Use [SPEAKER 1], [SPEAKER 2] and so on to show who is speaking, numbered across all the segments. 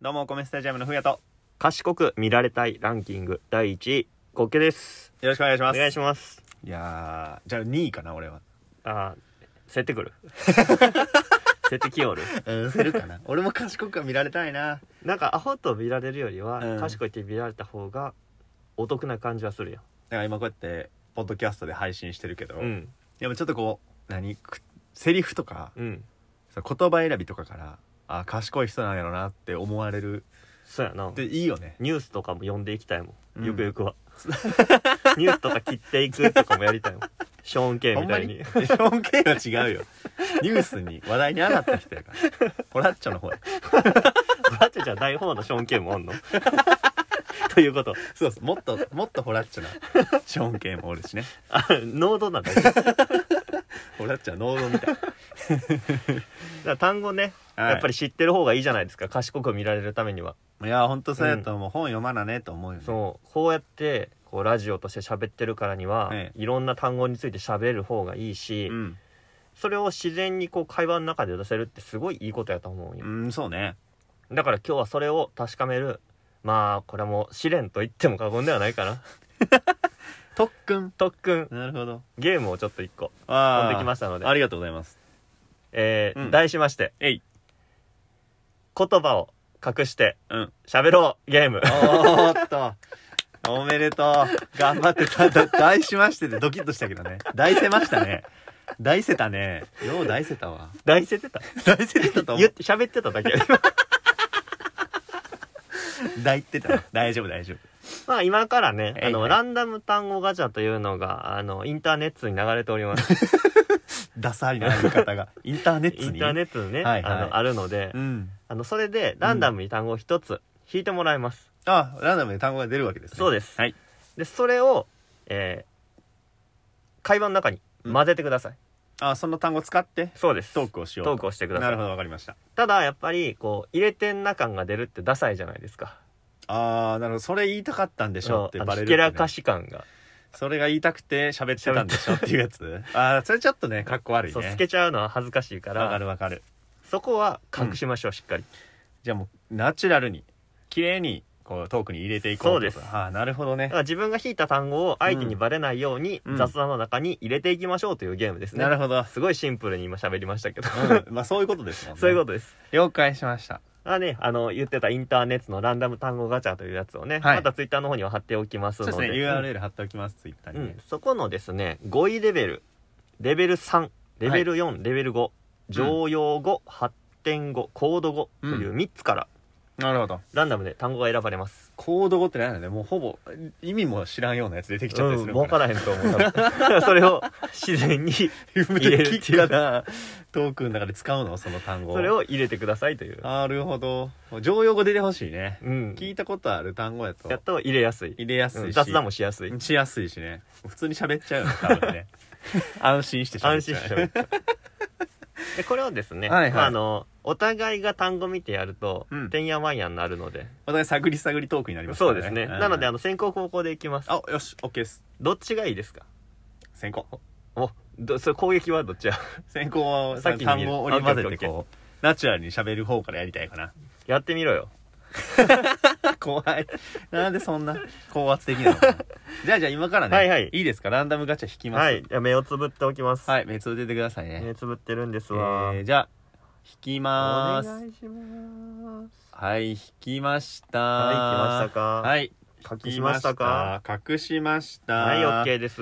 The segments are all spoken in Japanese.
[SPEAKER 1] どうもお米スタジアムのふうやと
[SPEAKER 2] 賢く見られたいランキング第1位コッケです
[SPEAKER 1] よろしくお願いし
[SPEAKER 2] お
[SPEAKER 1] ます
[SPEAKER 2] 願いします
[SPEAKER 1] いやーじゃあ2位かな俺は
[SPEAKER 2] あー競ってくる競ってきよる
[SPEAKER 1] うんせるか な俺も賢くは見られたいな
[SPEAKER 2] なんかアホと見られるよりは、
[SPEAKER 1] うん
[SPEAKER 2] 賢いって見られた方がお得な感じはするよ
[SPEAKER 1] なんか今こうやってポッドキャストで配信してるけど、
[SPEAKER 2] うん
[SPEAKER 1] でもちょっとこう何くセリフとか
[SPEAKER 2] うん
[SPEAKER 1] そう言葉選びとかからあー賢い人なんやろなって思われる
[SPEAKER 2] そうやな
[SPEAKER 1] でいいよね
[SPEAKER 2] ニュースとかも読んでいきたいも
[SPEAKER 1] うん
[SPEAKER 2] んゆくゆくは、ニュースとか切っていくとかもやりたいもんショーン・ケイみたいに
[SPEAKER 1] ショーン・ケイは違う よニュースに話題に上がった人やからポラッチョの方や
[SPEAKER 2] ガチャじゃ大本のショーン・ケイもあんのということ
[SPEAKER 1] そうそうもっともっとホラッチョなショーン・ケイもおるしね
[SPEAKER 2] あ能動なんだけどだか
[SPEAKER 1] ホラッチョはノードみたい、
[SPEAKER 2] ら単語ね
[SPEAKER 1] はい
[SPEAKER 2] やっぱり知ってる方がいいじゃないですか賢く見られるためにはい
[SPEAKER 1] やほんとそうやと思う、本読まなねと思うよね
[SPEAKER 2] そうこうやってこうラジオとして喋ってるからには、
[SPEAKER 1] え
[SPEAKER 2] いろんな単語について喋る方がいいし、
[SPEAKER 1] うん、
[SPEAKER 2] それを自然にこう会話の中で出せるってすごいいいことやと思うんよ、
[SPEAKER 1] うん、そうね
[SPEAKER 2] だから今日はそれを確かめるまあこれはもう試練と言っても過言ではないかな
[SPEAKER 1] 特訓
[SPEAKER 2] 特訓
[SPEAKER 1] なるほど
[SPEAKER 2] ゲームをちょっと一個
[SPEAKER 1] あ
[SPEAKER 2] 飛んできま
[SPEAKER 1] し
[SPEAKER 2] したので
[SPEAKER 1] ありがとうございます
[SPEAKER 2] えー
[SPEAKER 1] うん
[SPEAKER 2] 題しまして
[SPEAKER 1] えい
[SPEAKER 2] 言葉を隠して
[SPEAKER 1] うん
[SPEAKER 2] 喋ろうゲーム
[SPEAKER 1] おーっとおめでとう頑張ってただ大しましててドキッとしたけどね大せましたね大せたねよう大せたわ
[SPEAKER 2] 題してた
[SPEAKER 1] 大せてたと思
[SPEAKER 2] 言っ
[SPEAKER 1] う
[SPEAKER 2] て喋ってただけ
[SPEAKER 1] 大ってたわ大丈夫大丈夫
[SPEAKER 2] まあ今からね、
[SPEAKER 1] はいはい
[SPEAKER 2] あの、ランダム単語ガチャというのが、あの、インターネットに流れております。
[SPEAKER 1] ダサいな言い方がインターネット
[SPEAKER 2] イ
[SPEAKER 1] に
[SPEAKER 2] ンターネットにね、
[SPEAKER 1] はいはい
[SPEAKER 2] あの、あるので、
[SPEAKER 1] うん
[SPEAKER 2] あの、それでランダムに単語を一つ引いてもらいます。
[SPEAKER 1] あランダムで単語が出るわけですね
[SPEAKER 2] そうです
[SPEAKER 1] はい
[SPEAKER 2] で、それを、えー会話の中に混ぜてください。
[SPEAKER 1] あその単語使って
[SPEAKER 2] そうです。
[SPEAKER 1] トークをしようと
[SPEAKER 2] トークをしてくださ
[SPEAKER 1] な
[SPEAKER 2] い
[SPEAKER 1] るほどわかりました
[SPEAKER 2] ただ、やっぱり、こう、入れてんな感が出るってダサいじゃないですか。
[SPEAKER 1] ああなるほどそれ言いたかったんでしょって
[SPEAKER 2] あの
[SPEAKER 1] バレる
[SPEAKER 2] ひ
[SPEAKER 1] ってね
[SPEAKER 2] けらかし感が。
[SPEAKER 1] それが言いたくて喋ってたんでしょっていうや つああそれちょっとねかっこ悪い
[SPEAKER 2] そう、
[SPEAKER 1] ね
[SPEAKER 2] 透けちゃうのは恥ずかしいか
[SPEAKER 1] わかる
[SPEAKER 2] ら、
[SPEAKER 1] わかる
[SPEAKER 2] そこは隠しましょう、しっかり。
[SPEAKER 1] じゃあもうナチュラルに綺麗にこうトークに入れていこう
[SPEAKER 2] そうです
[SPEAKER 1] とああなるほど
[SPEAKER 2] だ
[SPEAKER 1] ね
[SPEAKER 2] から自分が引いた単語を相手にバレないように
[SPEAKER 1] うん
[SPEAKER 2] 雑談の中に入れていきましょうというゲームですね。
[SPEAKER 1] なる ほど、
[SPEAKER 2] すごいシンプルに今喋りましたけど。
[SPEAKER 1] うん、まあそういうことですもんね
[SPEAKER 2] そういうこととです。
[SPEAKER 1] 了解しました
[SPEAKER 2] あね、あの、言ってたインターネットのランダム単語ガチャというやつをね、
[SPEAKER 1] はい
[SPEAKER 2] またツイッターの方には貼っておきま
[SPEAKER 1] そ
[SPEAKER 2] す
[SPEAKER 1] う
[SPEAKER 2] の
[SPEAKER 1] で
[SPEAKER 2] で。
[SPEAKER 1] すね URL 貼っておきますツイッター
[SPEAKER 2] うん、う
[SPEAKER 1] にね
[SPEAKER 2] んそこのですね、5位レベル、レベル3、レベル4、レベル5、常用語、発展語、コード語という3つから、
[SPEAKER 1] なるほど
[SPEAKER 2] ランダムで単語が選ばれます。
[SPEAKER 1] コード語って何だねもうほぼ意味も知らんようなやつ出てきちゃったりす
[SPEAKER 2] う
[SPEAKER 1] る
[SPEAKER 2] ん、分からへんと思う多分。それを自然に、
[SPEAKER 1] 無
[SPEAKER 2] 入れるって
[SPEAKER 1] 敵
[SPEAKER 2] い
[SPEAKER 1] か
[SPEAKER 2] う
[SPEAKER 1] なトークの中で使うのその単語
[SPEAKER 2] それを入れてくださいという。
[SPEAKER 1] なるほど常用語出てほしいね
[SPEAKER 2] うん。
[SPEAKER 1] 聞いたことある単語やと
[SPEAKER 2] やっと入れやすい。
[SPEAKER 1] 入れやすいし、
[SPEAKER 2] うん雑談もしやすい。
[SPEAKER 1] しやすいしね普通に喋っちゃうよ多分ね 安心して喋っ
[SPEAKER 2] 安
[SPEAKER 1] ち
[SPEAKER 2] 心
[SPEAKER 1] ゃう
[SPEAKER 2] して喋ったでこれをですね、
[SPEAKER 1] はいはい
[SPEAKER 2] まあ、あのお互いが単語見てやると、
[SPEAKER 1] うん
[SPEAKER 2] てんやわんやになるので、
[SPEAKER 1] お互い探り探りトークになります
[SPEAKER 2] そうですね、
[SPEAKER 1] うん
[SPEAKER 2] なのであの先行後攻でいきます
[SPEAKER 1] あよし OK です
[SPEAKER 2] どっちがいいですか
[SPEAKER 1] 先行
[SPEAKER 2] おどそれ攻撃はどっちや
[SPEAKER 1] 先行は
[SPEAKER 2] さっきに
[SPEAKER 1] 単語を織り交ぜて
[SPEAKER 2] あ
[SPEAKER 1] こうナチュラルに喋る方からやりたいかな
[SPEAKER 2] やってみろよ
[SPEAKER 1] 怖いなんでそんな高圧的なのかな じゃあじゃあ今からね
[SPEAKER 2] はいはい
[SPEAKER 1] いですかランダムガチャ引きます
[SPEAKER 2] はいじゃあ目をつぶっておきます、
[SPEAKER 1] はい、目つぶっててくださいね。
[SPEAKER 2] 目つぶってるんです
[SPEAKER 1] え
[SPEAKER 2] わ、
[SPEAKER 1] ー、じゃあ、引きまー
[SPEAKER 2] お
[SPEAKER 1] す。
[SPEAKER 2] 願いします
[SPEAKER 1] はい、引きました。
[SPEAKER 2] はい来ましたか
[SPEAKER 1] はい。
[SPEAKER 2] 隠しました
[SPEAKER 1] 引
[SPEAKER 2] か
[SPEAKER 1] きました隠しました。
[SPEAKER 2] はい OK です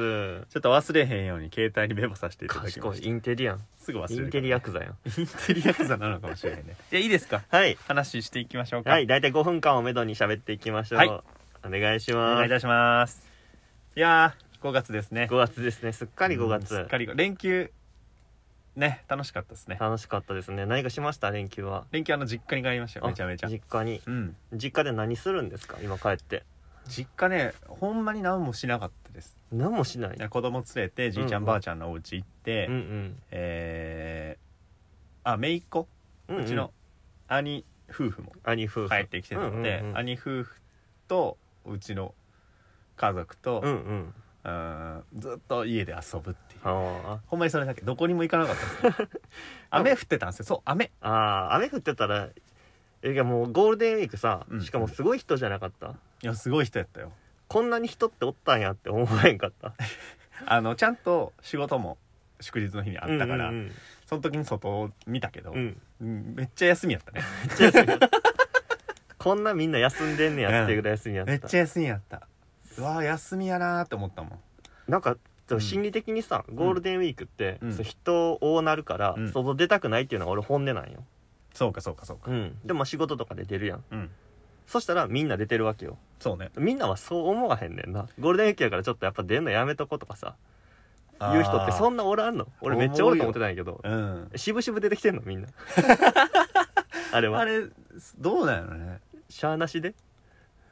[SPEAKER 1] ちょっと忘れへんように携帯にメモさせていただき
[SPEAKER 2] 賢
[SPEAKER 1] ま
[SPEAKER 2] い
[SPEAKER 1] した。
[SPEAKER 2] インテリアン
[SPEAKER 1] すぐ忘れるからね、
[SPEAKER 2] インテリヤクザやん
[SPEAKER 1] インテリアクザなのかもしれないね。じゃあいいですか
[SPEAKER 2] はい
[SPEAKER 1] 話していきましょうか。
[SPEAKER 2] はい。大体5分間をめどに喋っていきましょう、
[SPEAKER 1] はい
[SPEAKER 2] お願いし
[SPEAKER 1] お
[SPEAKER 2] ます
[SPEAKER 1] 願いいたします。いやー、5月ですね。
[SPEAKER 2] 5月ですねすっかり5月、
[SPEAKER 1] うんすっかり連休、ね、楽しかったですね。
[SPEAKER 2] 楽しかったですね何かしました連休は
[SPEAKER 1] 連休あの、実家に帰りましたよ、めちゃめちゃ
[SPEAKER 2] あ。実家に
[SPEAKER 1] うん。
[SPEAKER 2] 実家で何するんですか今帰って
[SPEAKER 1] 実家ね、ほんまに何もしなかったです。
[SPEAKER 2] 何もしない
[SPEAKER 1] いや子供連れてじいちゃん、
[SPEAKER 2] うんうん
[SPEAKER 1] ばあちゃんのお家行って、
[SPEAKER 2] うんうん
[SPEAKER 1] えー、あ姪っ子
[SPEAKER 2] うん
[SPEAKER 1] うちの兄夫婦も
[SPEAKER 2] 兄夫婦
[SPEAKER 1] 帰ってきてたので、
[SPEAKER 2] うんうんうん
[SPEAKER 1] 兄夫婦とうちの家族と、
[SPEAKER 2] うんうん
[SPEAKER 1] うーんずっと家で遊ぶっていう
[SPEAKER 2] あ
[SPEAKER 1] ほんまにそれだけ どこにも行かなかったですね雨降ってたんですよそう雨
[SPEAKER 2] ーあー雨降ってたらえいやもうゴールデンウィークさ、
[SPEAKER 1] うん
[SPEAKER 2] しかもすごい人じゃなかった
[SPEAKER 1] いやすごい人やったよ
[SPEAKER 2] こんなに人っておったんやって思えんかった
[SPEAKER 1] あのちゃんと仕事も祝日の日にあったから、
[SPEAKER 2] うんうん
[SPEAKER 1] その時に外を見たけど、
[SPEAKER 2] うんうん
[SPEAKER 1] うんめっちゃ休みやったね
[SPEAKER 2] めっちゃ休みやった こんなみんな休んでんねやっていうぐらい休みやった、
[SPEAKER 1] めっちゃ休みやったうわー休みやなーって思ったもん
[SPEAKER 2] なんか心理的にさ、ゴールデンウィークって、
[SPEAKER 1] うん
[SPEAKER 2] そう人多なるから、
[SPEAKER 1] うん
[SPEAKER 2] 外出たくないっていうのが俺本音なんよ、
[SPEAKER 1] そうかそうかそうか
[SPEAKER 2] でも仕事とかで出るやん
[SPEAKER 1] うん
[SPEAKER 2] そしたらみんな出てるわけよ
[SPEAKER 1] そうね
[SPEAKER 2] みんなはそう思わへんねんなゴールデンウィークやからちょっとやっぱ出んのやめとこうとかさ言う人ってそ
[SPEAKER 1] ん
[SPEAKER 2] んなおらんの俺めっちゃおると思ってたんやけど
[SPEAKER 1] うん
[SPEAKER 2] 渋々出てきてんのみ んなあれ
[SPEAKER 1] あ
[SPEAKER 2] は
[SPEAKER 1] れどうなのね
[SPEAKER 2] しゃあなしで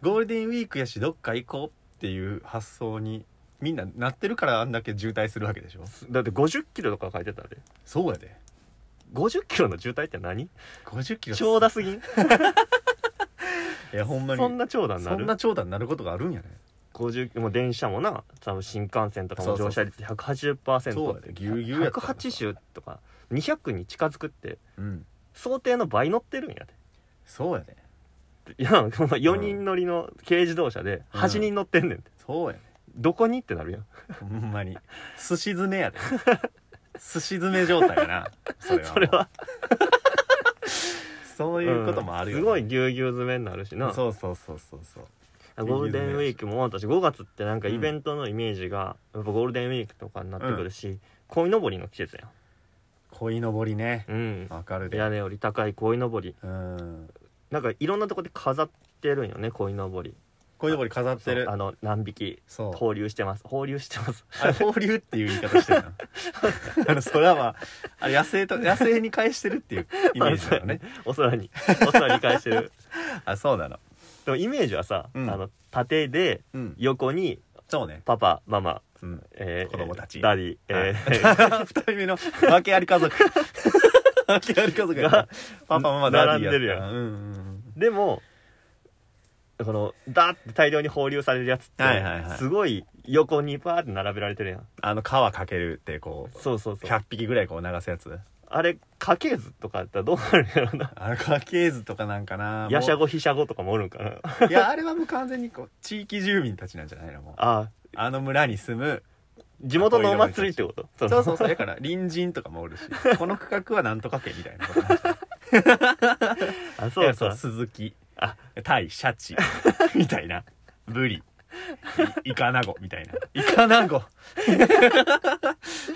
[SPEAKER 1] ゴールデンウィークやしどっか行こうっていう発想にみんななってるからあんだけ渋滞するわけでしょ
[SPEAKER 2] だって5 0キロとか書いてたで
[SPEAKER 1] そうやで
[SPEAKER 2] 5 0キロの渋滞って何
[SPEAKER 1] 50キロ
[SPEAKER 2] 長蛇すぎん
[SPEAKER 1] いやほんまに
[SPEAKER 2] そんな長蛇にな
[SPEAKER 1] そん
[SPEAKER 2] る
[SPEAKER 1] な長蛇になることがあるんやね
[SPEAKER 2] 50もう電車もな多分新幹線とかも
[SPEAKER 1] そうそう
[SPEAKER 2] 乗車率180%
[SPEAKER 1] そうやでぎゅうぎゅうやったから
[SPEAKER 2] 180とか200に近づくって
[SPEAKER 1] うん
[SPEAKER 2] 想定の倍乗ってるんや
[SPEAKER 1] そうやで
[SPEAKER 2] でいや4人乗りの軽自動車で
[SPEAKER 1] うん
[SPEAKER 2] 8人乗ってんねんて、
[SPEAKER 1] そうやで
[SPEAKER 2] どこにってなるやん
[SPEAKER 1] ほんまにすし詰め やですし詰め状態やなそれは
[SPEAKER 2] それは
[SPEAKER 1] そういうこともあるよ、
[SPEAKER 2] うんすごいぎゅうぎゅう詰めになるしな
[SPEAKER 1] そうそうそうそうそう
[SPEAKER 2] ゴールデンウィークも私5月ってなんかイベントのイメージがやっぱゴールデンウィークとかになってくるし、鯉のぼりの季節や
[SPEAKER 1] 鯉のぼりね
[SPEAKER 2] んうん
[SPEAKER 1] わかるで
[SPEAKER 2] 屋根より高い鯉のぼり
[SPEAKER 1] うん
[SPEAKER 2] なんかいろんなとこで飾ってるんよね鯉のぼり
[SPEAKER 1] 鯉のぼり飾ってる
[SPEAKER 2] そうあの何匹
[SPEAKER 1] そう
[SPEAKER 2] 放 流してます放流してます
[SPEAKER 1] あれ放流っていう言い方してるな あのそれはまああれ野生と野生に返してる っていうイメージだよね
[SPEAKER 2] お 空にお空に返してる
[SPEAKER 1] あそうなの
[SPEAKER 2] でもイメージはさ、
[SPEAKER 1] うん
[SPEAKER 2] あの縦で
[SPEAKER 1] うん
[SPEAKER 2] 横に
[SPEAKER 1] そうね、
[SPEAKER 2] パパママ、
[SPEAKER 1] うん、
[SPEAKER 2] えー、
[SPEAKER 1] 子供たち
[SPEAKER 2] ダディ、えー
[SPEAKER 1] 2人目の訳あり家族 訳あり家族やな
[SPEAKER 2] が
[SPEAKER 1] パパママダディ
[SPEAKER 2] 並んでるやん
[SPEAKER 1] うんうん
[SPEAKER 2] でもこのダーって大量に放流されるやつって、
[SPEAKER 1] はいはいはい
[SPEAKER 2] すごい横にバーって並べられてるやん
[SPEAKER 1] あの川かけるってこう
[SPEAKER 2] そうそうそう
[SPEAKER 1] 100匹ぐらいこう流すやつ
[SPEAKER 2] あれ家系図とかやったらどうなるんやろな
[SPEAKER 1] あれ家系図とかなんかな
[SPEAKER 2] やしゃごひしゃごとかもおるんかな
[SPEAKER 1] いやあれはもう完全にこう地域住民たちなんじゃないのもう
[SPEAKER 2] あ
[SPEAKER 1] あの村に住む
[SPEAKER 2] 地元のお祭りってことそ
[SPEAKER 1] そう
[SPEAKER 2] の
[SPEAKER 1] そうそうだから隣人とかもおるしこの区画はなんとか家みたいなこと
[SPEAKER 2] あ
[SPEAKER 1] い
[SPEAKER 2] そう
[SPEAKER 1] や
[SPEAKER 2] そう
[SPEAKER 1] 鈴木
[SPEAKER 2] あ
[SPEAKER 1] タイシャ チみたいなブリいイカナゴみたいなイカナゴ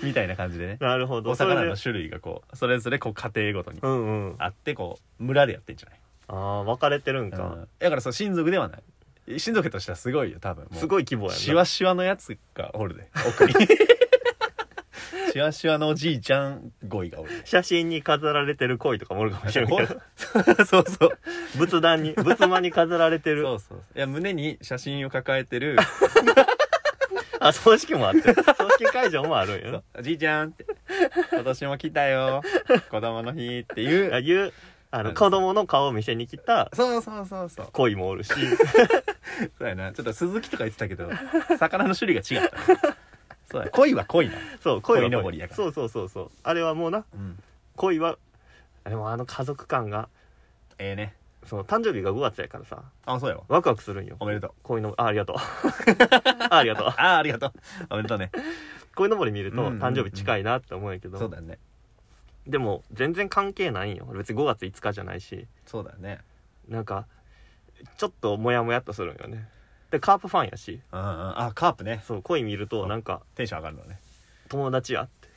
[SPEAKER 1] みたいな感じでね
[SPEAKER 2] なるほど
[SPEAKER 1] お魚の
[SPEAKER 2] そ
[SPEAKER 1] 種類がこうそれぞれこう家庭ごとに
[SPEAKER 2] れでうんうん
[SPEAKER 1] あってこう村でやってんじゃない
[SPEAKER 2] ああ分かれてるん
[SPEAKER 1] う
[SPEAKER 2] か、
[SPEAKER 1] んだからそう親族ではない親族としてはすごいよ多分もう
[SPEAKER 2] すごい規模やな
[SPEAKER 1] シワシワのやつがおる で奥にシワシワのおじいちゃんゴイがお るで
[SPEAKER 2] 写真に飾られてる鯉とかもおるかもしれない けど
[SPEAKER 1] そうそう
[SPEAKER 2] 仏壇に仏間に飾られて
[SPEAKER 1] そ
[SPEAKER 2] る
[SPEAKER 1] うそういや胸に写真を抱えて る
[SPEAKER 2] あ葬式もあって葬式会場もあるんやな
[SPEAKER 1] おじいちゃんって今年も来たよ子供の日ってい
[SPEAKER 2] あ
[SPEAKER 1] う
[SPEAKER 2] いうあの子供の顔を見せに来た
[SPEAKER 1] そうそうそうそう
[SPEAKER 2] 恋もお るし
[SPEAKER 1] そうやなちょっと鈴木とか言ってたけ ど魚の種類が違ったねそうや恋は恋なの
[SPEAKER 2] そう恋は
[SPEAKER 1] 鯉のぼりやから
[SPEAKER 2] そうそうそうそうあれはもうな
[SPEAKER 1] うん
[SPEAKER 2] 恋はでもあの家族感が
[SPEAKER 1] ええね
[SPEAKER 2] その誕生日が5月やからさ
[SPEAKER 1] あそうやわ
[SPEAKER 2] ワクワクするんよ
[SPEAKER 1] おめでとう
[SPEAKER 2] 恋のあありがとう あありがとう
[SPEAKER 1] ああありがとうおめでとうね
[SPEAKER 2] 恋のぼり見ると
[SPEAKER 1] うんうんうん
[SPEAKER 2] 誕生日近いなって思うんやけど、
[SPEAKER 1] そうだよね
[SPEAKER 2] でも全然関係ないんよ別に5月5日じゃないし
[SPEAKER 1] そうだよね
[SPEAKER 2] なんかちょっとモヤモヤっとするんよねでカープファンやし
[SPEAKER 1] うんうんあカープね
[SPEAKER 2] そう恋見るとなんか
[SPEAKER 1] テンション上がるのね
[SPEAKER 2] 友達やって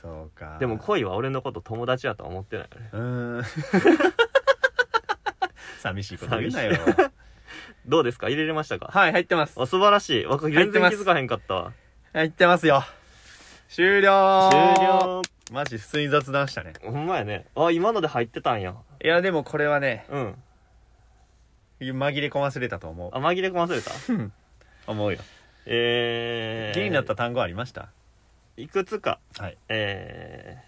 [SPEAKER 1] そうか
[SPEAKER 2] でも恋は俺のこと友達やとは思ってないよね
[SPEAKER 1] うーん 寂しいこと言うなよ
[SPEAKER 2] どうですか入れれましたか
[SPEAKER 1] はい入ってます
[SPEAKER 2] あ素晴らしいわ全然気づかへんかったわ
[SPEAKER 1] 入ってますよ終了
[SPEAKER 2] 終了
[SPEAKER 1] マジ普通に雑談したね
[SPEAKER 2] ほんまやねあ今ので入ってたんや
[SPEAKER 1] いやでもこれはね
[SPEAKER 2] うん
[SPEAKER 1] 紛れ込ませれたと思う
[SPEAKER 2] あ紛れ込ませれた
[SPEAKER 1] 思うよ
[SPEAKER 2] えー、
[SPEAKER 1] 気になった単語ありました
[SPEAKER 2] いくつか
[SPEAKER 1] はい
[SPEAKER 2] えー、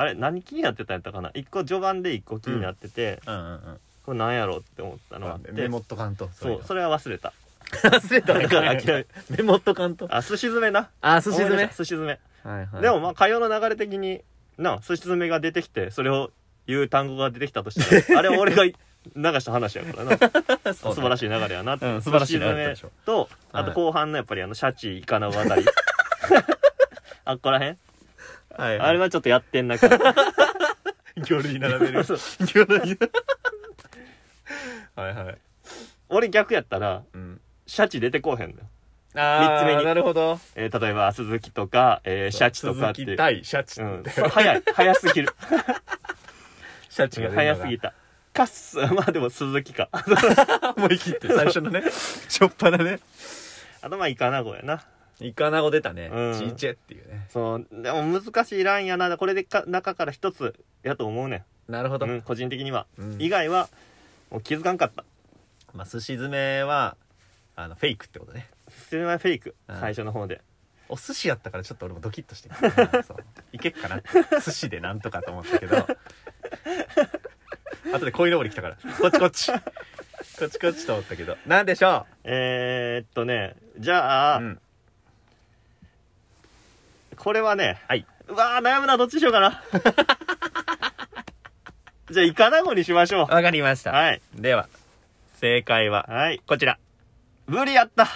[SPEAKER 2] あれ何気になってたんやったかな一個序盤で一個気になってて、
[SPEAKER 1] うんうん
[SPEAKER 2] これなんやろうって思ったのがあっ
[SPEAKER 1] う
[SPEAKER 2] て
[SPEAKER 1] んメモっとかんと
[SPEAKER 2] そうそ
[SPEAKER 1] れ
[SPEAKER 2] れは忘れた
[SPEAKER 1] 忘れた
[SPEAKER 2] だから諦 め
[SPEAKER 1] メモっとかんと
[SPEAKER 2] あ寿司詰めな
[SPEAKER 1] あ寿
[SPEAKER 2] 思い出した寿司詰め、
[SPEAKER 1] はいはい
[SPEAKER 2] でもまあ会話の流 れ的にな寿司詰めが出てきてそれを言う単語が出てきたとしたらあれは俺が流した話やからな
[SPEAKER 1] 素
[SPEAKER 2] 素晴ら
[SPEAKER 1] しい
[SPEAKER 2] しい流れやなって、
[SPEAKER 1] うん素晴らしい流れだったでしょ
[SPEAKER 2] とあ
[SPEAKER 1] は
[SPEAKER 2] と
[SPEAKER 1] い
[SPEAKER 2] 後半のやっぱりあのシャチイカナゴ あたりあっこらへん
[SPEAKER 1] はい
[SPEAKER 2] あれはちょっとやってんなか
[SPEAKER 1] 魚類並べる
[SPEAKER 2] そう
[SPEAKER 1] 魚類 はいはい、
[SPEAKER 2] 俺逆やったら
[SPEAKER 1] うん、
[SPEAKER 2] シャチ出てこうへんのよ、
[SPEAKER 1] あ
[SPEAKER 2] 三つ目に
[SPEAKER 1] ーなるほど
[SPEAKER 2] えー例えば鈴木とか、えーシャチとかってい
[SPEAKER 1] 鈴木
[SPEAKER 2] う、
[SPEAKER 1] 対シャチ、
[SPEAKER 2] うん、それ早い早すぎる
[SPEAKER 1] シャチが出るのが
[SPEAKER 2] 早すぎたカッス まあでも鈴木か
[SPEAKER 1] 思い切って最初のね しょっぱなね
[SPEAKER 2] あとまあイカナゴやな
[SPEAKER 1] イカナゴ出たね、
[SPEAKER 2] うん
[SPEAKER 1] ちいちゃっていうね
[SPEAKER 2] そうでも難しいラインやなこれでか中から一つやと思うね
[SPEAKER 1] なるほ
[SPEAKER 2] ん、
[SPEAKER 1] ど、
[SPEAKER 2] うん、個人的には、
[SPEAKER 1] うん
[SPEAKER 2] 以外はもう気づかんかった
[SPEAKER 1] まあ寿司詰めはあのフェイクってことね
[SPEAKER 2] それはフェイク
[SPEAKER 1] うん
[SPEAKER 2] 最初の方で
[SPEAKER 1] お寿司やったからちょっと俺もドキッとして るそういけっかなって寿司でなんとかと思ったけど後で鯉のぼり来たからこっちこっちこっちこっちと思ったけどなんでしょ
[SPEAKER 2] えー、っとねじ
[SPEAKER 1] う、
[SPEAKER 2] ゃあ、
[SPEAKER 1] うん、
[SPEAKER 2] これはね
[SPEAKER 1] はいう
[SPEAKER 2] わー悩むなどっちにしよう かなじゃあイカナゴにしましょう
[SPEAKER 1] わかりました、
[SPEAKER 2] はい
[SPEAKER 1] では正解は
[SPEAKER 2] はい
[SPEAKER 1] こちら
[SPEAKER 2] 無理やった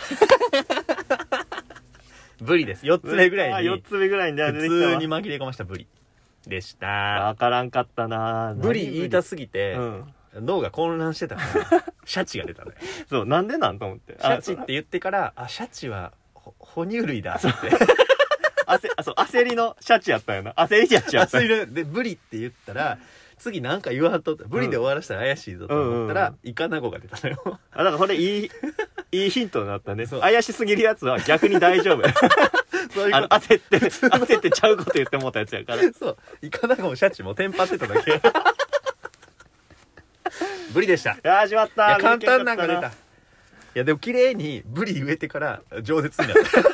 [SPEAKER 1] ブリです4つ目ぐらい
[SPEAKER 2] あ
[SPEAKER 1] に
[SPEAKER 2] 4つ目ぐらいに出て
[SPEAKER 1] 普
[SPEAKER 2] きた
[SPEAKER 1] 通
[SPEAKER 2] わ
[SPEAKER 1] に紛れ込ましたブリでした
[SPEAKER 2] 分からんかったな
[SPEAKER 1] ブリ言いたすぎ
[SPEAKER 2] ぎ
[SPEAKER 1] て、
[SPEAKER 2] うん
[SPEAKER 1] 脳が混乱してたから シャチが出たね
[SPEAKER 2] そうなんでなんと思って
[SPEAKER 1] シャチっ
[SPEAKER 2] あ
[SPEAKER 1] て言ってからあシャチはほ哺乳類だって
[SPEAKER 2] あせあそう焦りのシャチやったよな焦りシャ チやった
[SPEAKER 1] 焦るでブリって言ったら次なんか言わんとブリで終わらしたら怪しいぞと思ったら、
[SPEAKER 2] うん
[SPEAKER 1] イカナゴが出たの よ
[SPEAKER 2] あだからこれいいいいヒントになったね
[SPEAKER 1] そう
[SPEAKER 2] 怪しすぎるやつは逆に大丈夫
[SPEAKER 1] そういう
[SPEAKER 2] あの
[SPEAKER 1] こと
[SPEAKER 2] 焦って焦ってちゃうこと言ってもうたやつや から
[SPEAKER 1] そうイカナゴもシャチもテンパってただ けブリでしたい
[SPEAKER 2] あ始まった
[SPEAKER 1] や簡単なんか出たい
[SPEAKER 2] 抜けちゃっ
[SPEAKER 1] やでも綺麗にブリ植えてから饒舌になった
[SPEAKER 2] たな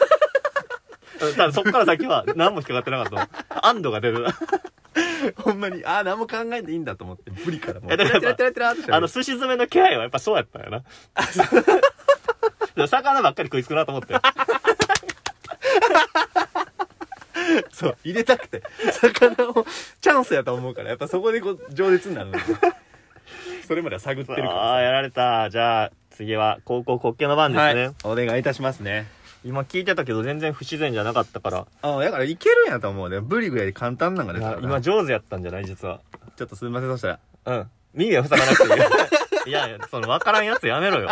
[SPEAKER 2] うんただそっから先は何も引っかかってなかった安堵が出る
[SPEAKER 1] ほんまにああ何も考えていいんだと思ってブリからもう
[SPEAKER 2] いや
[SPEAKER 1] テ
[SPEAKER 2] でもや
[SPEAKER 1] ラテラ
[SPEAKER 2] っぱ
[SPEAKER 1] テラテラって喋る
[SPEAKER 2] あの寿司詰めの気配はやっぱそうやった んやなでも魚ばっかり食いつくなと思って
[SPEAKER 1] そう入れたくて魚をチャンスやと思うからやっぱそこでこう饒舌になるのよ それまでは探ってるから
[SPEAKER 2] ああやられたじゃあ次は高校国境の番ですね、
[SPEAKER 1] お願いいたしますね
[SPEAKER 2] 今聞いてたけど全然不自然じゃなかったから
[SPEAKER 1] あだからいけるんやと思うねブリぐらいで簡単なんか
[SPEAKER 2] い
[SPEAKER 1] ですか
[SPEAKER 2] や
[SPEAKER 1] ら
[SPEAKER 2] 今
[SPEAKER 1] 今ち
[SPEAKER 2] 上手やったんじゃない実は
[SPEAKER 1] ょっとすみませんそしたら
[SPEAKER 2] うん耳は塞がなく ていいいやいやその分からんやつやめろよ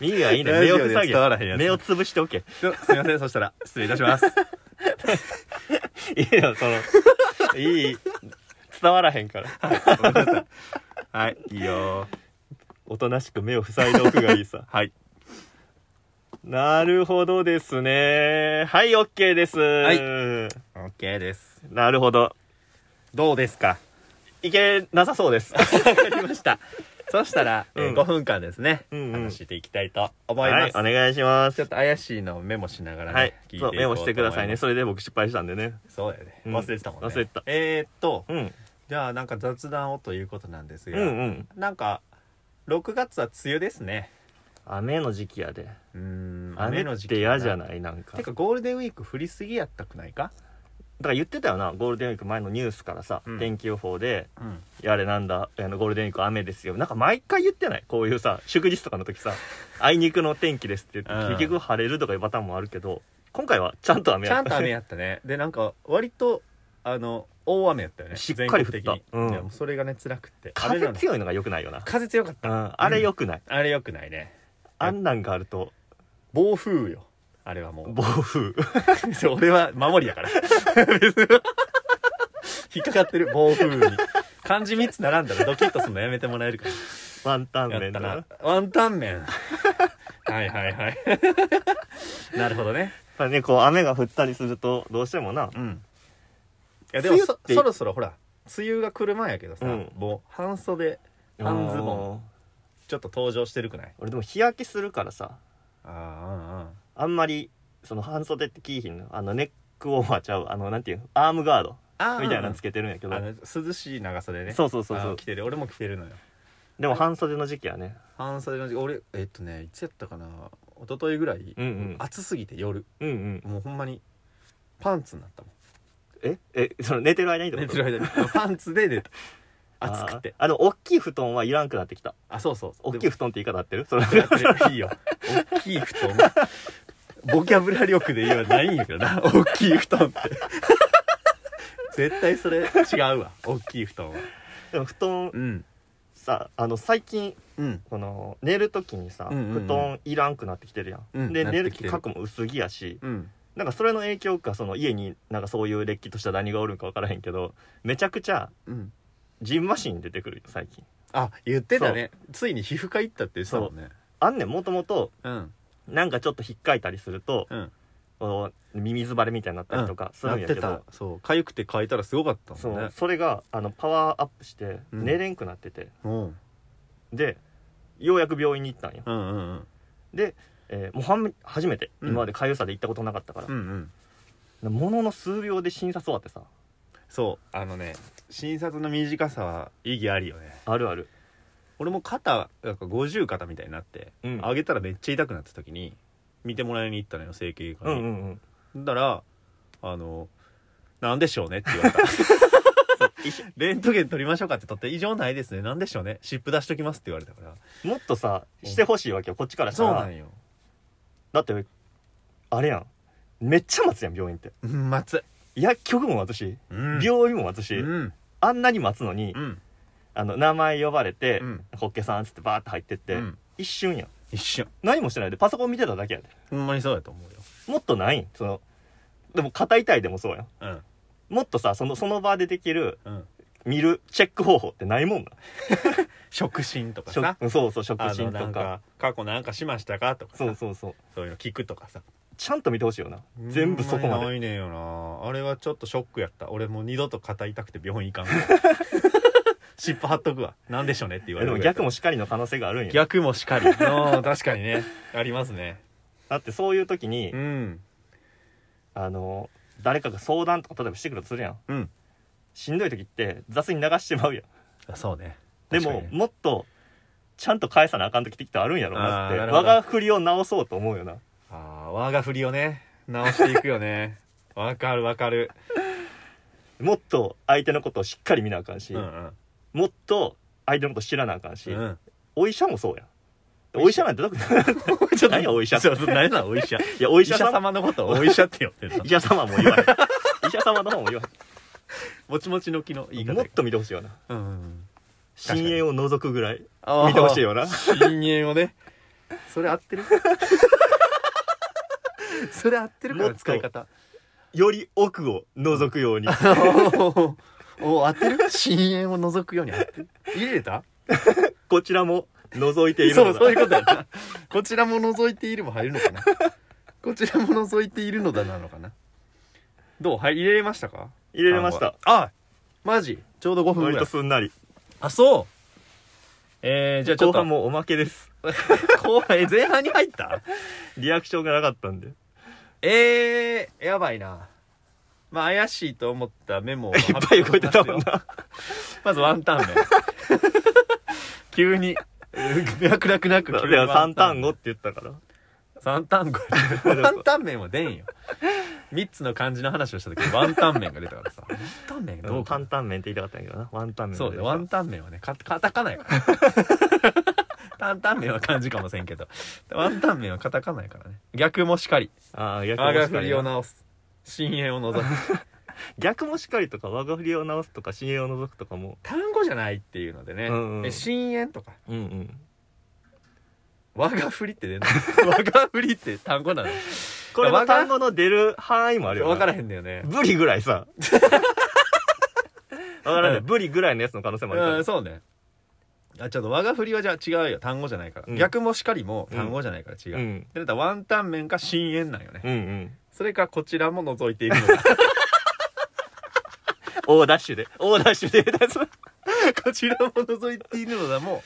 [SPEAKER 2] 耳はいいね
[SPEAKER 1] ラ
[SPEAKER 2] 目
[SPEAKER 1] ジ
[SPEAKER 2] を
[SPEAKER 1] オで
[SPEAKER 2] 塞
[SPEAKER 1] 伝わらへん
[SPEAKER 2] げ
[SPEAKER 1] やつ
[SPEAKER 2] 目をつぶしておけ
[SPEAKER 1] ちょすみませんそしたら失礼いたし ます
[SPEAKER 2] いいよそのいい伝わらへんから
[SPEAKER 1] ごめんなさいはいいいよ
[SPEAKER 2] おとなしく目を塞いでおくがいい さ
[SPEAKER 1] はい
[SPEAKER 2] なるほどですねはい OK です、
[SPEAKER 1] は OK です
[SPEAKER 2] なるほど
[SPEAKER 1] どうですか
[SPEAKER 2] いけなさそうです
[SPEAKER 1] わかりましたそしたら、えー
[SPEAKER 2] うん
[SPEAKER 1] 5分間ですね、
[SPEAKER 2] うんうん
[SPEAKER 1] 話していきたいと思い
[SPEAKER 2] は
[SPEAKER 1] ま
[SPEAKER 2] い
[SPEAKER 1] す、
[SPEAKER 2] お願いしま
[SPEAKER 1] ちょっ
[SPEAKER 2] す
[SPEAKER 1] と怪しいのをメモしながらね、
[SPEAKER 2] はい
[SPEAKER 1] 聞いてい
[SPEAKER 2] そうメモしてくださいね
[SPEAKER 1] そ
[SPEAKER 2] それで僕失敗したんでね
[SPEAKER 1] そうやね
[SPEAKER 2] うん
[SPEAKER 1] 忘れてたもんね、
[SPEAKER 2] 忘れてた
[SPEAKER 1] えー、っと
[SPEAKER 2] うん
[SPEAKER 1] じゃあなんか雑談をということなんです
[SPEAKER 2] うん
[SPEAKER 1] が、
[SPEAKER 2] うん
[SPEAKER 1] なんか6月は梅雨ですね
[SPEAKER 2] 雨の時期やで
[SPEAKER 1] うーん
[SPEAKER 2] 雨の時期って嫌じゃないなん
[SPEAKER 1] て
[SPEAKER 2] かだ
[SPEAKER 1] か
[SPEAKER 2] か
[SPEAKER 1] ゴールデンウィーク降りすぎやったくないから
[SPEAKER 2] 言ってたよなゴールデンウィーク前のニュースからさ、
[SPEAKER 1] うん
[SPEAKER 2] 天気予報で
[SPEAKER 1] うん
[SPEAKER 2] 「やれなんだあのゴールデンウィーク雨ですよ」なんか毎回言ってないこういうさ祝日とかの時さ「あいにくの天気です」って言
[SPEAKER 1] う
[SPEAKER 2] っ
[SPEAKER 1] ん
[SPEAKER 2] て結局晴れるとかいうパターンもあるけど今回はちゃんと雨
[SPEAKER 1] ち
[SPEAKER 2] や
[SPEAKER 1] ゃ
[SPEAKER 2] っ
[SPEAKER 1] ん
[SPEAKER 2] た
[SPEAKER 1] と雨やったねでなんか割とあの大雨やったよね
[SPEAKER 2] しっかり降った
[SPEAKER 1] 全国的に
[SPEAKER 2] うん
[SPEAKER 1] いやもうそれがね辛くってあれ
[SPEAKER 2] 風
[SPEAKER 1] なの
[SPEAKER 2] 強いのが良くないよな、
[SPEAKER 1] 風強かった
[SPEAKER 2] うん、あれ良くない、
[SPEAKER 1] あれよくないね
[SPEAKER 2] あんなんがあると
[SPEAKER 1] 暴風よあれはもう
[SPEAKER 2] 暴風
[SPEAKER 1] そう 俺は守りやから引っかかってる暴風に漢字3つ並んだらドキッとするのやめてもらえるから
[SPEAKER 2] ワンタン
[SPEAKER 1] や
[SPEAKER 2] 麺
[SPEAKER 1] った
[SPEAKER 2] だな
[SPEAKER 1] なワンタン麺はいはいはい なるほどね
[SPEAKER 2] まあねこう雨が降ったりするとどうしてもな
[SPEAKER 1] うんいやでも
[SPEAKER 2] 梅雨
[SPEAKER 1] そ
[SPEAKER 2] って
[SPEAKER 1] そろそろほら梅雨が来る前やけどさ、
[SPEAKER 2] うん
[SPEAKER 1] もう半袖半ズボン
[SPEAKER 2] ン
[SPEAKER 1] ちょっと登場してるくない
[SPEAKER 2] 俺でも日焼けするからさ
[SPEAKER 1] あ
[SPEAKER 2] あんまりその半袖って着いひんのあのネックウォーマーちゃうあのなんていうアームガード
[SPEAKER 1] あ
[SPEAKER 2] みたいなのつ
[SPEAKER 1] け
[SPEAKER 2] けてるんやけど
[SPEAKER 1] あの涼しい長袖ね
[SPEAKER 2] そうそうそうそ
[SPEAKER 1] あ
[SPEAKER 2] う
[SPEAKER 1] 着てる俺も着てるのよ
[SPEAKER 2] でも半袖の時期はね
[SPEAKER 1] 半袖の時俺えっとねいつやったかな一昨日ぐらい、
[SPEAKER 2] うんうん
[SPEAKER 1] 暑すぎて夜
[SPEAKER 2] うんうん
[SPEAKER 1] もうほんまにパンツになったもん
[SPEAKER 2] ええその寝てる間にってこ
[SPEAKER 1] 寝
[SPEAKER 2] と
[SPEAKER 1] てる間にパンツで出た暑くて
[SPEAKER 2] あーあの大きい布団はいらんくなってきた
[SPEAKER 1] あそうそう
[SPEAKER 2] 大きい布団って言い方合ってる それ
[SPEAKER 1] いいよ大きい布団ボキャブラ力で言えばないんやけどな大きい布団って絶対それ違うわ大きい布団は
[SPEAKER 2] でも布団
[SPEAKER 1] うん
[SPEAKER 2] さあの最近
[SPEAKER 1] うん
[SPEAKER 2] この寝る時にさ、
[SPEAKER 1] うんうんうん
[SPEAKER 2] 布団いらんくなってきてるやん、
[SPEAKER 1] うん
[SPEAKER 2] で
[SPEAKER 1] なっ
[SPEAKER 2] 寝
[SPEAKER 1] て
[SPEAKER 2] る
[SPEAKER 1] きてる
[SPEAKER 2] 角も薄着やし
[SPEAKER 1] うん
[SPEAKER 2] なんかそれの影響かその家になんかそういうれっきとしたダニがおるんか分からへんけどめちゃくちゃ
[SPEAKER 1] うん
[SPEAKER 2] ジンマシン出てくるよ最近
[SPEAKER 1] あ言ってたねついに皮膚科行ったって言ってたもんね
[SPEAKER 2] あんねんもともと
[SPEAKER 1] うん
[SPEAKER 2] なんかちょっと引っかいたりすると、
[SPEAKER 1] うん
[SPEAKER 2] この耳ずばれみたいになったりとかする
[SPEAKER 1] なんっ
[SPEAKER 2] や
[SPEAKER 1] て
[SPEAKER 2] けど、
[SPEAKER 1] たそう痒くて変えたらすごかった
[SPEAKER 2] そ
[SPEAKER 1] もん
[SPEAKER 2] う
[SPEAKER 1] ね
[SPEAKER 2] それがあのパワーアップして
[SPEAKER 1] うん
[SPEAKER 2] 寝れんくなってて、
[SPEAKER 1] うん
[SPEAKER 2] でようやく病院に行ったんよ、
[SPEAKER 1] うんうん
[SPEAKER 2] で、えーもう半分初めて
[SPEAKER 1] うん
[SPEAKER 2] 今までかゆさで行ったことなかったから
[SPEAKER 1] うんう、んうん
[SPEAKER 2] ものの数秒で診察終わってさ
[SPEAKER 1] そうあのね診察の短さは意義ありよね
[SPEAKER 2] あるある、
[SPEAKER 1] 俺も肩なんか50肩みたいになって
[SPEAKER 2] うん
[SPEAKER 1] 上げたらめっちゃ痛くなった時に見てもらいに行ったのよ整形
[SPEAKER 2] う
[SPEAKER 1] 外科
[SPEAKER 2] んう
[SPEAKER 1] に、
[SPEAKER 2] んうん
[SPEAKER 1] だからあの「なんでしょうね」って言わ れたレントゲン取りましょうかって取って「異常ないですねなんでしょうね湿布出しときます」って言われたから
[SPEAKER 2] もっとさしてほしいわけよこっちからしたら
[SPEAKER 1] よ
[SPEAKER 2] だってあれやんめっちゃ待つやん病院って
[SPEAKER 1] うん待つ
[SPEAKER 2] 薬局も待つし、
[SPEAKER 1] うん
[SPEAKER 2] 病院も待つし、
[SPEAKER 1] うん
[SPEAKER 2] あんなに待つのに、
[SPEAKER 1] うん
[SPEAKER 2] あの名前呼ばれて
[SPEAKER 1] うん
[SPEAKER 2] 「ホッケさん」っつってバーって入ってって、
[SPEAKER 1] うん
[SPEAKER 2] 一瞬やん
[SPEAKER 1] 一瞬
[SPEAKER 2] 何もしてないでパソコン見てただけやで
[SPEAKER 1] ほんまにそうやと思うよ
[SPEAKER 2] もっとないんそのでも肩痛いでもそうやん
[SPEAKER 1] うん
[SPEAKER 2] もっとさそのその場でできる
[SPEAKER 1] うん
[SPEAKER 2] 見るチェック方法ってないもんな
[SPEAKER 1] 触診とか
[SPEAKER 2] 食
[SPEAKER 1] さ
[SPEAKER 2] そうそう食
[SPEAKER 1] あ
[SPEAKER 2] 診
[SPEAKER 1] の
[SPEAKER 2] と
[SPEAKER 1] な
[SPEAKER 2] か
[SPEAKER 1] んか過去なんかしましたかとかさ
[SPEAKER 2] そうそうそう
[SPEAKER 1] そういうの聞くとかさ
[SPEAKER 2] ちゃんと見てほしいよな全部そこま
[SPEAKER 1] ほんにな
[SPEAKER 2] で
[SPEAKER 1] いねんよなあれはちょっとショックやった俺もう二度と肩痛くて病院行かん 尻尾貼っとくわなんでしょうねって言わ
[SPEAKER 2] で
[SPEAKER 1] れる
[SPEAKER 2] も逆もしかりの可能性があるんや
[SPEAKER 1] 逆もしかりうん確かにねありますね
[SPEAKER 2] だってそういう時に
[SPEAKER 1] うん
[SPEAKER 2] あの誰かが相談とか例えばしてくるとするやん
[SPEAKER 1] うん
[SPEAKER 2] しんどい時って雑に流してまうやん
[SPEAKER 1] そうね
[SPEAKER 2] で
[SPEAKER 1] 確
[SPEAKER 2] も
[SPEAKER 1] かにね
[SPEAKER 2] もっとちゃんと返さなあかん時ってきっとあるんやろうなっ
[SPEAKER 1] あ
[SPEAKER 2] て
[SPEAKER 1] ーなるほ
[SPEAKER 2] 我
[SPEAKER 1] ど
[SPEAKER 2] が振りを直そうと思うよな
[SPEAKER 1] ああ我が振りをね直していくよねわかるわかる
[SPEAKER 2] もっと相手のことをしっかり見なあかんし、
[SPEAKER 1] うんうん
[SPEAKER 2] もっと相手のこと知らなあかんし、
[SPEAKER 1] うん
[SPEAKER 2] お医者もそうやんお
[SPEAKER 1] お
[SPEAKER 2] 医
[SPEAKER 1] 医
[SPEAKER 2] 者
[SPEAKER 1] 者
[SPEAKER 2] なんて特 に何やお医者って
[SPEAKER 1] そうそう何なのお医者
[SPEAKER 2] いやお
[SPEAKER 1] お
[SPEAKER 2] 医者様
[SPEAKER 1] のことをお医者って呼んでるの
[SPEAKER 2] 医者様も言わない医者様の方も言わ
[SPEAKER 1] もちもちの木の
[SPEAKER 2] な
[SPEAKER 1] 言
[SPEAKER 2] い
[SPEAKER 1] い方
[SPEAKER 2] もっと見てほしいよな
[SPEAKER 1] うんうんうんかに
[SPEAKER 2] 深淵を覗くぐらい見
[SPEAKER 1] 見
[SPEAKER 2] てほしいよな
[SPEAKER 1] 深淵をねそれ合 ってるそれ合ってるか
[SPEAKER 2] も
[SPEAKER 1] ら
[SPEAKER 2] っと
[SPEAKER 1] 使い方
[SPEAKER 2] より奥を覗くよ うに
[SPEAKER 1] おお合ってる深淵を覗くように合ってる入れれた
[SPEAKER 2] こちらも覗いている
[SPEAKER 1] そ
[SPEAKER 2] の
[SPEAKER 1] うそう
[SPEAKER 2] だ
[SPEAKER 1] いうことやなこちらも覗いているも入るのかなこちらも覗いているのだなのかなどうはい入れれましたか
[SPEAKER 2] 入れれました
[SPEAKER 1] ああマジちょうど5分ぐ
[SPEAKER 2] 割
[SPEAKER 1] らい
[SPEAKER 2] とすんなり
[SPEAKER 1] あそうえー、じゃあちょ
[SPEAKER 2] 後
[SPEAKER 1] っと
[SPEAKER 2] 半もおまけです
[SPEAKER 1] 後半え前半に入った
[SPEAKER 2] リアクションがなかったんで
[SPEAKER 1] えー、やばいな。まあ、怪しいと思ったメモをい
[SPEAKER 2] いっぱい動いてたもん。な
[SPEAKER 1] まずワンタン麺。 急に、脈絡なく 急に
[SPEAKER 2] では
[SPEAKER 1] ワ
[SPEAKER 2] 三
[SPEAKER 1] ンタ
[SPEAKER 2] 単
[SPEAKER 1] ン
[SPEAKER 2] 語
[SPEAKER 1] 麺
[SPEAKER 2] って言ったから
[SPEAKER 1] 三単語。ワンタン麺は出んよ。三つの漢字の話をした時ワンタン麺が出たからさ。ワンタン麺どうか
[SPEAKER 2] 担
[SPEAKER 1] な。
[SPEAKER 2] 々麺って言いたかったんやけどなワンタン麺
[SPEAKER 1] そうね、ワンタン麺はね、かカタカナやから。 担々麺は漢字かもしれんけど。ワンタン麺はカタカナやからね。逆もしかり。
[SPEAKER 2] ああ逆
[SPEAKER 1] 我
[SPEAKER 2] も
[SPEAKER 1] が
[SPEAKER 2] しか
[SPEAKER 1] 振
[SPEAKER 2] り
[SPEAKER 1] りを直す。深淵を除く。
[SPEAKER 2] 逆もしかりとか我が振りを直すとか深淵を覗くとかも
[SPEAKER 1] 単語じゃないっていうのでね、
[SPEAKER 2] うんうん
[SPEAKER 1] え深淵とか
[SPEAKER 2] うんうん
[SPEAKER 1] 我が振りって出ない 我が振りって単語なの
[SPEAKER 2] これも
[SPEAKER 1] わから
[SPEAKER 2] 単語の出る範囲もあるよな
[SPEAKER 1] 分からへんだよね
[SPEAKER 2] ブリぐら いさわからな
[SPEAKER 1] う
[SPEAKER 2] い
[SPEAKER 1] ん
[SPEAKER 2] ブリぐらいのやつの可能性もあるか
[SPEAKER 1] う
[SPEAKER 2] ら
[SPEAKER 1] んそうねあちょっと我が振りはじゃあ違うよ単語じゃないから、
[SPEAKER 2] うん
[SPEAKER 1] 逆もしかりも単語じゃないから違う、
[SPEAKER 2] う
[SPEAKER 1] で
[SPEAKER 2] ん
[SPEAKER 1] だったらワンタン麺か深淵なんよね、
[SPEAKER 2] うんうん
[SPEAKER 1] それかこちらも覗いているの か
[SPEAKER 2] 大ダッシュで大ダッシュで言うたやつ
[SPEAKER 1] こちらも覗いているのだも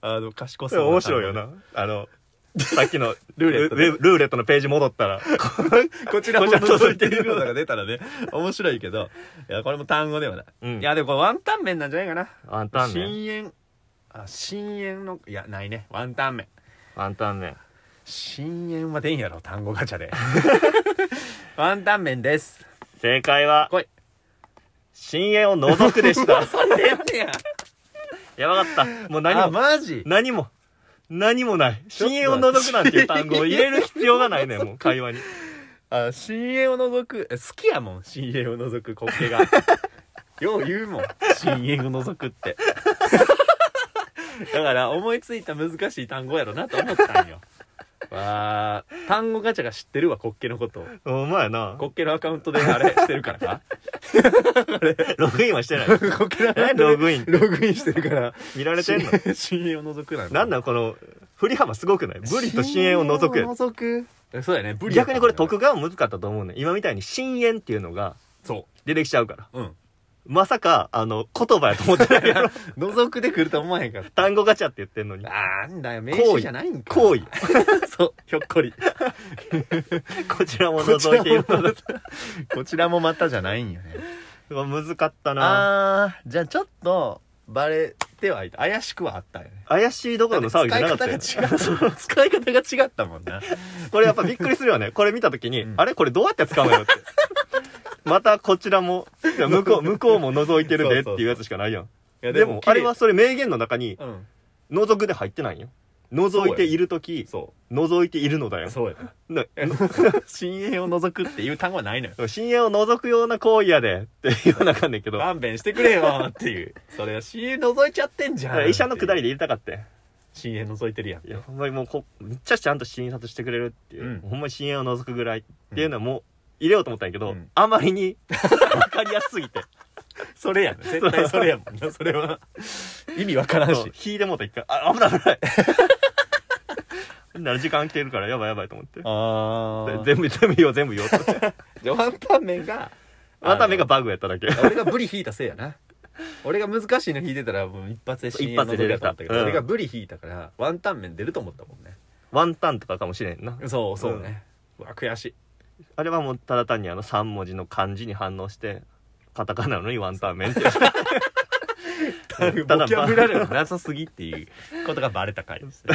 [SPEAKER 1] あの賢そう
[SPEAKER 2] 面白いよ
[SPEAKER 1] 単
[SPEAKER 2] な あのさっきの
[SPEAKER 1] ルーレットで
[SPEAKER 2] ルルーレットのページ戻ったら
[SPEAKER 1] 語でこちらも
[SPEAKER 2] こちらも
[SPEAKER 1] 覗いているのだが出たらね面白いけどいやこれも単語ではない、
[SPEAKER 2] うん
[SPEAKER 1] いやでもこれワンタン麺なんじゃないかな
[SPEAKER 2] ワンタン麺
[SPEAKER 1] 深淵あ深淵のいやないねワンタン麺
[SPEAKER 2] ワンタン麺
[SPEAKER 1] 深淵は出んやろ単語ガ チャでワンタン麺です
[SPEAKER 2] 正解は
[SPEAKER 1] 来い
[SPEAKER 2] 深淵を覗くでした
[SPEAKER 1] 出んねや
[SPEAKER 2] やばかったもう何
[SPEAKER 1] あ
[SPEAKER 2] も
[SPEAKER 1] マジ
[SPEAKER 2] 何も何もない深淵を除くなんていう単語を入れる必要がないねんもう会話に
[SPEAKER 1] あ深淵を除くえ好きやもん深淵を除く滑稽 がよう言うもん深淵を除くってだから思いついた難しい単語やろなと思ったんよわあ単語ガチャが知ってるわ滑稽のことを
[SPEAKER 2] お前やな
[SPEAKER 1] 滑稽のアカウントであれしてるからか
[SPEAKER 2] ログインはしてない
[SPEAKER 1] 滑稽のアカウントで
[SPEAKER 2] ログイ ン
[SPEAKER 1] ログインしてるから
[SPEAKER 2] 見られてんの
[SPEAKER 1] 深淵を除くな
[SPEAKER 2] なんなんこの振り幅すごくないブリと深淵を除くや
[SPEAKER 1] 深淵を除くえそうやねブリやったん
[SPEAKER 2] 逆
[SPEAKER 1] だ
[SPEAKER 2] にこれ徳川も難かったと思うねん今みたいに深淵っていうのが
[SPEAKER 1] そ
[SPEAKER 2] 出てきちゃうから
[SPEAKER 1] ううん
[SPEAKER 2] まさかあの言葉やと思って ないやろ
[SPEAKER 1] 覗くで来ると思わへんかった
[SPEAKER 2] 単語ガチャって言ってんのに
[SPEAKER 1] あーなんだよ名
[SPEAKER 2] 行
[SPEAKER 1] 詞
[SPEAKER 2] 為
[SPEAKER 1] じゃないんか
[SPEAKER 2] 行為
[SPEAKER 1] そうひょっこり
[SPEAKER 2] こちらも
[SPEAKER 1] こち
[SPEAKER 2] 覗い
[SPEAKER 1] ら
[SPEAKER 2] てい
[SPEAKER 1] も
[SPEAKER 2] ると
[SPEAKER 1] またこちらもまたじゃないんよね
[SPEAKER 2] うわ難かったな
[SPEAKER 1] あーじゃあちょっとバレてはいた怪しくはあったよね
[SPEAKER 2] 怪しいどころの騒ぎじゃなかったよ
[SPEAKER 1] 使 い方が違う使い方が違ったもんな
[SPEAKER 2] これやっぱびっくりするよねこれ見た時に、
[SPEAKER 1] うん
[SPEAKER 2] あれこれどうやって使うのよって またこちらもいや向こう向こうも覗いてるでっていうやつしかないやん
[SPEAKER 1] いや
[SPEAKER 2] でもあれはそれ名言の中に
[SPEAKER 1] うん
[SPEAKER 2] 覗くで入ってないよ覗いている時
[SPEAKER 1] そ
[SPEAKER 2] 覗いているのだよ
[SPEAKER 1] うそう
[SPEAKER 2] な
[SPEAKER 1] や 深淵を覗くっていう単語はないのよ
[SPEAKER 2] 深淵を覗くような行為やでって言わなあかんねんけど
[SPEAKER 1] 勘弁してくれよっていうそれは深淵覗いちゃってんじゃん
[SPEAKER 2] 医者のくだり
[SPEAKER 1] で
[SPEAKER 2] で入れたかって
[SPEAKER 1] 深淵覗いてるやん
[SPEAKER 2] いやほんまにもうこめっちゃちゃんと診察してくれるっていう、
[SPEAKER 1] うん
[SPEAKER 2] ほんまに深淵を覗くぐらいっていうのはもう入れようと思ったんやけど、
[SPEAKER 1] うん
[SPEAKER 2] あまりに分かりやすすぎて
[SPEAKER 1] それやん絶対それやもんなそれは意味わからん
[SPEAKER 2] そう
[SPEAKER 1] し
[SPEAKER 2] 引いてもうた一回あ危ない危ない なら時間来てるからやばいやばいと思って
[SPEAKER 1] あー
[SPEAKER 2] 全部全部言おう全部言おうと思 って
[SPEAKER 1] じゃあワンタン麺が
[SPEAKER 2] また目がバグやっただけ
[SPEAKER 1] あ の俺がブリ引いたせいやな俺が難しいの引いてたらもう一発で
[SPEAKER 2] そう
[SPEAKER 1] 深淵覗けたと思ったけど、
[SPEAKER 2] 一発で出れたうん
[SPEAKER 1] 俺がブリ引いたからワンタン麺出ると思ったもんね
[SPEAKER 2] ワンタンとかかもしれんな
[SPEAKER 1] そうそうね、うわ悔しい
[SPEAKER 2] あれはもうただ単にあの3文字の漢字に反応してカタカナのにワンタン麺っ て
[SPEAKER 1] ボキ
[SPEAKER 2] ただ
[SPEAKER 1] ャブラリーがなさすぎっていうことがバレた回ですね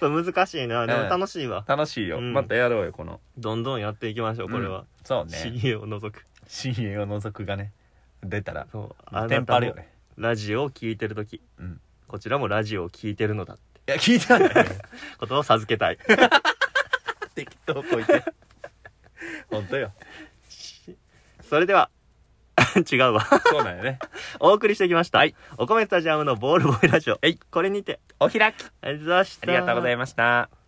[SPEAKER 2] 難しいなでも楽しいわ、
[SPEAKER 1] 楽しいよ、
[SPEAKER 2] うん
[SPEAKER 1] またやろうよこの
[SPEAKER 2] どんどんやっていきましょうこれ
[SPEAKER 1] うん
[SPEAKER 2] は、
[SPEAKER 1] そう
[SPEAKER 2] 深
[SPEAKER 1] ね
[SPEAKER 2] 淵を除く
[SPEAKER 1] 深淵を覗くがね出たら
[SPEAKER 2] そう
[SPEAKER 1] テンパるよ
[SPEAKER 2] も
[SPEAKER 1] ね
[SPEAKER 2] ラジオを聞いてる時、
[SPEAKER 1] うん
[SPEAKER 2] こちらもラジオを聞いてるのだって
[SPEAKER 1] いや聞いてない
[SPEAKER 2] ことを授けたい
[SPEAKER 1] 適当こいて 本当よ
[SPEAKER 2] それでは 違うわ
[SPEAKER 1] そうなんよね
[SPEAKER 2] お送りしてきました、お米スタジアムのボールボーイラジオこれにて
[SPEAKER 1] お開き
[SPEAKER 2] ありがとうございました
[SPEAKER 1] ありがとうございました